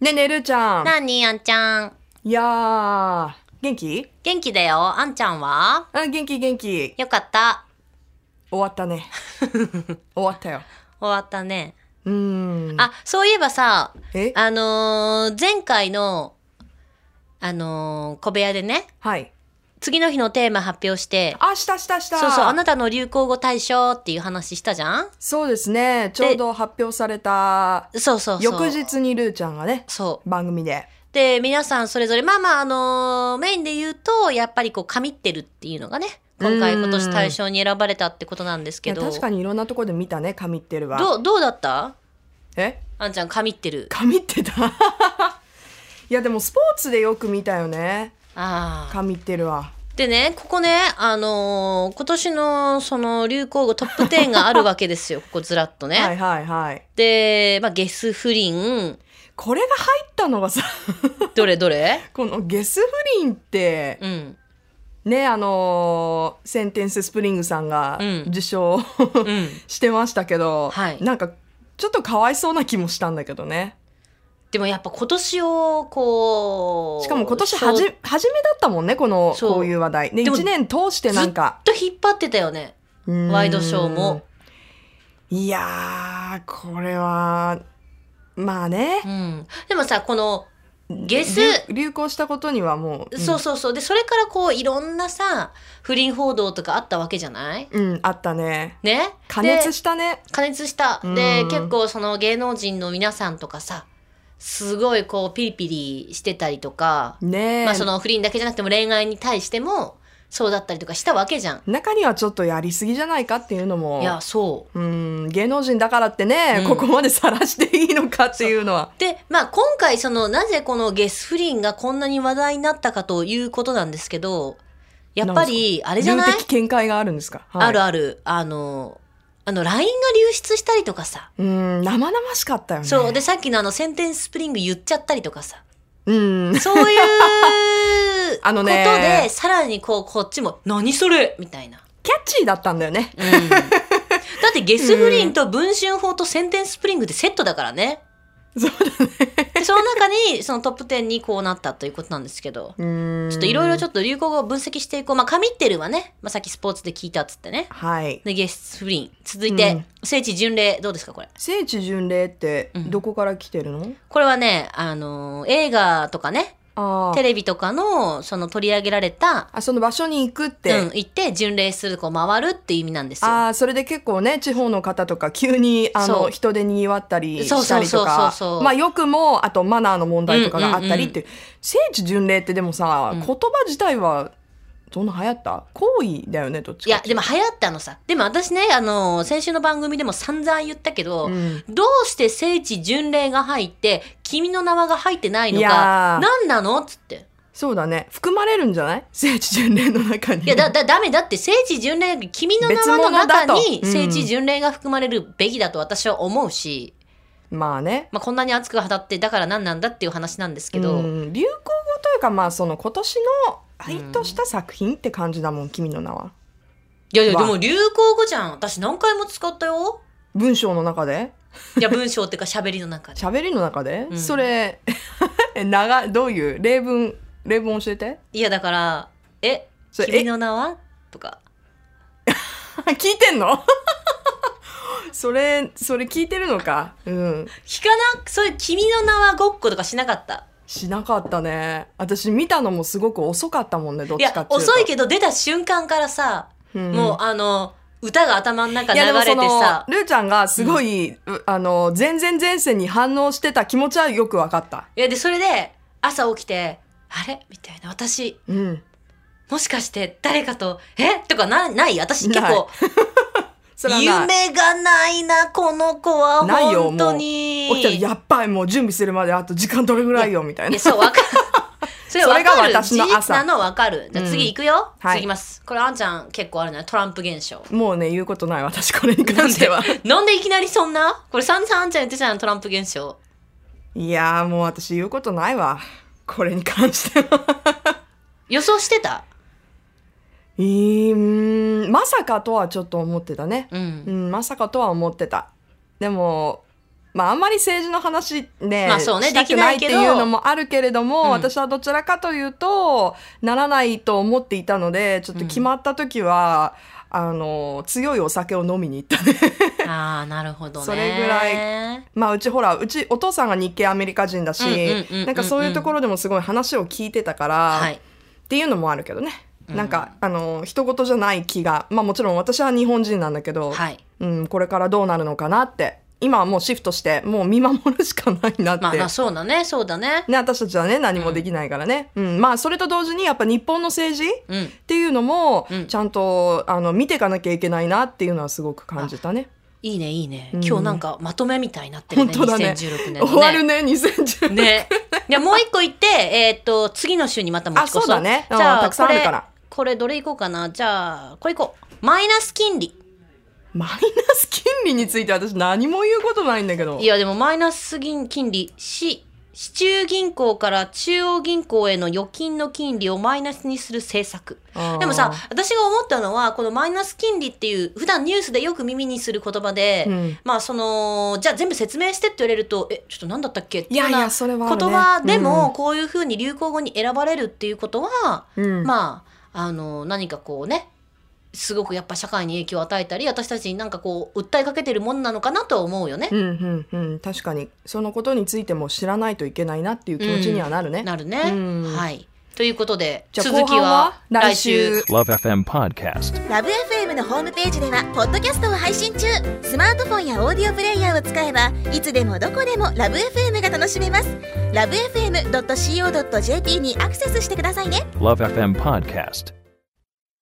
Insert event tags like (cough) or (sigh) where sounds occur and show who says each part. Speaker 1: ねえねえるーちゃん。
Speaker 2: なに、あんちゃん。
Speaker 1: いやー、元気
Speaker 2: 元気だよ。あんちゃんは
Speaker 1: あ元気元気。
Speaker 2: よかった。
Speaker 1: 終わった
Speaker 2: (laughs)
Speaker 1: ね。終わったよ。
Speaker 2: 終わったね。
Speaker 1: うーん。
Speaker 2: あ、そういえばさ、
Speaker 1: え
Speaker 2: あのー前回の、あのー小部屋でね、
Speaker 1: はい。
Speaker 2: 次の日のテーマ発表して、
Speaker 1: あ、したしたした。
Speaker 2: そうそう、あなたの流行語大賞っていう話したじゃん
Speaker 1: そうですね。ちょうど発表された
Speaker 2: そうそうそう。
Speaker 1: 翌。日にるーちゃんがね、
Speaker 2: そう。
Speaker 1: 番組で。
Speaker 2: で、皆さんそれぞれ、まあまあ、あのーメインで言うと、やっぱりこう、神ってるっていうのがね、今回
Speaker 1: うん
Speaker 2: 今年大賞に選ばれたってことなんです
Speaker 1: い
Speaker 2: け
Speaker 1: や
Speaker 2: ど、
Speaker 1: 確かにいろんなとこで見たね、神ってるは。
Speaker 2: どう、どうだった
Speaker 1: え
Speaker 2: あんちゃん、神ってる。
Speaker 1: 神ってた (laughs) いやでもスポーツでよく見たよね。
Speaker 2: ああ。
Speaker 1: 神ってるは。
Speaker 2: でね、ここね、あのー今年のその流行語トップ10があるわけで
Speaker 1: (laughs)
Speaker 2: すよ、ここずらっとね。
Speaker 1: はいはいはい。
Speaker 2: で、まあ、ゲス不倫、
Speaker 1: これが入ったのがさ、 (laughs)
Speaker 2: どれどれ
Speaker 1: このゲス不倫って、
Speaker 2: うん。
Speaker 1: ねあのーセンテンススプリングさんが
Speaker 2: うん
Speaker 1: 受賞、
Speaker 2: (laughs) うん。
Speaker 1: してましたけど、
Speaker 2: はい
Speaker 1: なんかちょっとかわいそうな気もしたんだけどね
Speaker 2: でもやっぱ今年をこう、
Speaker 1: しかも今年はじ
Speaker 2: そう
Speaker 1: 初めだったもんねこの
Speaker 2: そう
Speaker 1: こういう話題で
Speaker 2: でも
Speaker 1: 1年通してなんか
Speaker 2: ずっと引っ張ってたよね。ワ
Speaker 1: ワ
Speaker 2: イドショーも。
Speaker 1: いやーこれはまあね
Speaker 2: うん。でもさ、この、ゲス、
Speaker 1: 流流行したことにはもう、うん
Speaker 2: そうそうそう。で、それからこう、いろんなさ、不倫報道とかあったわけじゃない
Speaker 1: うんあったね
Speaker 2: ね
Speaker 1: 加
Speaker 2: で
Speaker 1: 熱したね
Speaker 2: 加熱した。で、
Speaker 1: うん
Speaker 2: 結構その芸能人の皆さんとかさ、すごいこうピリピリしてたりとか、
Speaker 1: ねえ、
Speaker 2: まあその不倫だけじゃなくても恋愛に対してもそうだったりとかしたわけじゃん。
Speaker 1: 中にはちょっとやりすぎじゃないかっていうのも
Speaker 2: いや、そう。
Speaker 1: うん、芸能人だからってね、
Speaker 2: うん
Speaker 1: ここまで晒していいのかっていうのは。
Speaker 2: で、まあ今回そのなぜこのゲス不倫がこんなに話題になったかということなんですけど、やっぱりあれじゃない
Speaker 1: 量的見解があるんですか、はい
Speaker 2: あるある。あの、あの LINE が流出したりとかさ。
Speaker 1: うん、生々しかったよね。
Speaker 2: そう。で、さっきのあのセンテンススプリング言っちゃったりとかさ。
Speaker 1: うん。
Speaker 2: そういう
Speaker 1: (laughs) あのね
Speaker 2: ことで、さらにこう、こっちも、何それみたいな。
Speaker 1: キャッチーだったんだよね。
Speaker 2: うん、 (laughs) だって、ゲス不倫と文春法とセンテンススプリングってセットだからね。
Speaker 1: そうだね。
Speaker 2: でその中に、そのトップ10にこうなったということなんですけど。
Speaker 1: うん。
Speaker 2: ちょっといろいろち
Speaker 1: ょっ
Speaker 2: ょっと流行語を分析していこう。まあ、神ってるはね、まあ、さっきスポーツで聞いたっつってね
Speaker 1: と。。はい。
Speaker 2: で、ゲス不倫。続いうて
Speaker 1: ん、
Speaker 2: 聖地巡礼。どうですか、これ。
Speaker 1: 聖地巡礼って
Speaker 2: うん
Speaker 1: どこから来てるの、
Speaker 2: これはね、あのー映画とかね、
Speaker 1: あ
Speaker 2: テ
Speaker 1: あ。
Speaker 2: レビとかの、その取り上げられた、
Speaker 1: あ、その場所に行くって。
Speaker 2: うん、行って巡礼するこう回るっていう意味なんですよ。
Speaker 1: ああ、それで結構ね、地方の方とか急にあ
Speaker 2: そう
Speaker 1: の人で賑わったりしたりと
Speaker 2: そうそうそう
Speaker 1: か
Speaker 2: そうそう、
Speaker 1: まあよくも、あとマナーの問題とかがあったりっていう、聖地巡礼ってでもさ、
Speaker 2: うん
Speaker 1: 言葉自体はそんな流行った行為だよね、どっち
Speaker 2: い
Speaker 1: かっ
Speaker 2: や
Speaker 1: て
Speaker 2: でも流行ったのさでも私ねあの先週の番組でも散々言ったけど、
Speaker 1: うん
Speaker 2: どうして聖地巡礼が入って君の名はが入ってないの
Speaker 1: い
Speaker 2: か
Speaker 1: やー
Speaker 2: 何なのっつって
Speaker 1: そうだね。含まれるんじゃない聖地巡礼の中に。
Speaker 2: いやだだだめだって聖地巡礼君の名
Speaker 1: 別
Speaker 2: はの
Speaker 1: 物だと
Speaker 2: 中に
Speaker 1: うん
Speaker 2: 聖地巡礼が含まれるべきだと私は思うし、
Speaker 1: まあね。
Speaker 2: まあ、こんなに熱く語ってだから何なんだっていう話なんですけど、
Speaker 1: うん流行語というか、まあその今年の愛とした作品って感じだもん、君の名は。
Speaker 2: いやいやで
Speaker 1: わ
Speaker 2: も流行語じゃん私何回も使ったよ
Speaker 1: 文章の中で
Speaker 2: いや文章っていうか喋りの中で
Speaker 1: 喋りの中で、
Speaker 2: うん
Speaker 1: それ (laughs) 長いどういう例文例文教えて (laughs)
Speaker 2: いやだから「え
Speaker 1: それ
Speaker 2: 君の名は?」とか
Speaker 1: 聞いてんの (laughs) それそれ聞いてるのかうん
Speaker 2: 聞かなそういう「君の名はごっこ」とかしなかった
Speaker 1: しなかったね私見たのもすごく遅かったもんねどっ
Speaker 2: い
Speaker 1: ちか
Speaker 2: や
Speaker 1: っていうと
Speaker 2: 遅いけど出た瞬間からさ、
Speaker 1: ど、ん
Speaker 2: もうあの歌が頭の中
Speaker 1: い
Speaker 2: 流
Speaker 1: やでも
Speaker 2: れ
Speaker 1: そ
Speaker 2: て
Speaker 1: の
Speaker 2: さ
Speaker 1: ルーちゃんがすごい、うあの全然前線に反応してた気持ちはよく分かった
Speaker 2: いやでそれで朝起きて「あれ?」みたいな私
Speaker 1: うん
Speaker 2: もしかして誰かと「えとかなない私結構
Speaker 1: それはない
Speaker 2: 夢がないなこの子は
Speaker 1: ないよ
Speaker 2: 本当に
Speaker 1: 起きたらやっぱりもう準備するまであと時間どれぐらいよみたい
Speaker 2: い
Speaker 1: な
Speaker 2: や、そう、わかる。それわかる
Speaker 1: (laughs) それが私の朝
Speaker 2: 事実なのわかる。じゃあ
Speaker 1: うん
Speaker 2: 次行くよ。
Speaker 1: はい
Speaker 2: 次行きます。これあんちゃん結構あるね。トランプ現象。
Speaker 1: もうね言うこと (laughs) ない私これに関しては
Speaker 2: なんでいきなりそんなこれさんさんあんちゃん言ってたじゃん、トランプ現象。
Speaker 1: いやーもう私言うことないわ。これに関して (laughs) は。
Speaker 2: 予想してた
Speaker 1: うーん、まさかとはちょっと思ってたね。
Speaker 2: う。
Speaker 1: うんん、まさかとは思ってた。でも、まあ、あんまり政治の話ね,、
Speaker 2: まあそうね
Speaker 1: したくないっ
Speaker 2: で
Speaker 1: て
Speaker 2: きな
Speaker 1: い
Speaker 2: いけど
Speaker 1: うのもあるけれども、
Speaker 2: うん
Speaker 1: 私はどちらかというとならないと思っていたのでちょっと決まった時は、あの強いお酒を飲みに行ったね。 (laughs)
Speaker 2: ああなるほどね
Speaker 1: それぐら
Speaker 2: い
Speaker 1: まあうちほらうちお父さんが日系アメリカ人だし、
Speaker 2: うんうんうんうんうん
Speaker 1: なんかそういうところでもすごい話を聞いてたから、
Speaker 2: はい
Speaker 1: っていうのもあるけどね、なんかあの人事じゃない気がまあもちろん私は日本人なんだけど、
Speaker 2: はい
Speaker 1: うん、これからどうなるのかなって今はもうシフトしてもう見守るしかないなって、
Speaker 2: まあまあそうだねそうだね
Speaker 1: ね、私たちはね何もできないからね、うんまあそれと同時にやっぱ日本の政治っ
Speaker 2: うん
Speaker 1: ていうのも
Speaker 2: うん
Speaker 1: ちゃんと、あの見ていかなきゃいけないなっていうのはすごく感じたね。
Speaker 2: いいねいいね、
Speaker 1: ん
Speaker 2: 今日なんかまとめみたいになってる
Speaker 1: 本
Speaker 2: ね
Speaker 1: 当だね
Speaker 2: 2016年のね
Speaker 1: 終わるね2010
Speaker 2: ね。じゃあもう一個言って、えーっと、次の週にまた持ち越そ
Speaker 1: あ
Speaker 2: う。
Speaker 1: そうだねうん
Speaker 2: じゃあ、
Speaker 1: たくさんあるから
Speaker 2: これ。これどれいこうかな。じゃあ、これいこう。マイナス金利。
Speaker 1: マイナス金利について私何も言うことないんだけど
Speaker 2: いや、でもマイナス金金利、市、市中銀行から中央銀行への預金の金利をマイナスにする政策。でもさ、私が思ったのは、このマイナス金利っていう、普段ニュースでよく耳にする言葉で、
Speaker 1: うん
Speaker 2: まあ、その、じゃあ全部説明してって言われると、え、ちょっと何だったっけって
Speaker 1: いう
Speaker 2: よ
Speaker 1: や
Speaker 2: う
Speaker 1: い
Speaker 2: な
Speaker 1: やそれはあるね
Speaker 2: 言葉でも、、こういうふうに流行語に選ばれるっていうことは、
Speaker 1: うんあ
Speaker 2: まあ、あの何かこうねすごくやっぱ社会に影響を与えたり私たちになんかこう訴えかけてるもんなのかなとは思うよね。
Speaker 1: うんうんうん、確かにそのことについても知らないといけないなっていう気持ちにはなるね、
Speaker 2: なるね。
Speaker 1: うん
Speaker 2: はいということで
Speaker 1: じゃあ
Speaker 2: 続き
Speaker 1: 後半
Speaker 2: は
Speaker 1: は
Speaker 2: 来
Speaker 1: 来
Speaker 2: 週
Speaker 1: 週。
Speaker 3: Love FM Podcast.
Speaker 4: ラブ f m のホームページではポッドキャストを配信中スマートフォンやオーディオプレイヤーを使えばいつでもどこでもラブ f m が楽しめますラブ FM.co.jp にアクセスしてくださいね
Speaker 3: Love FM Podcast.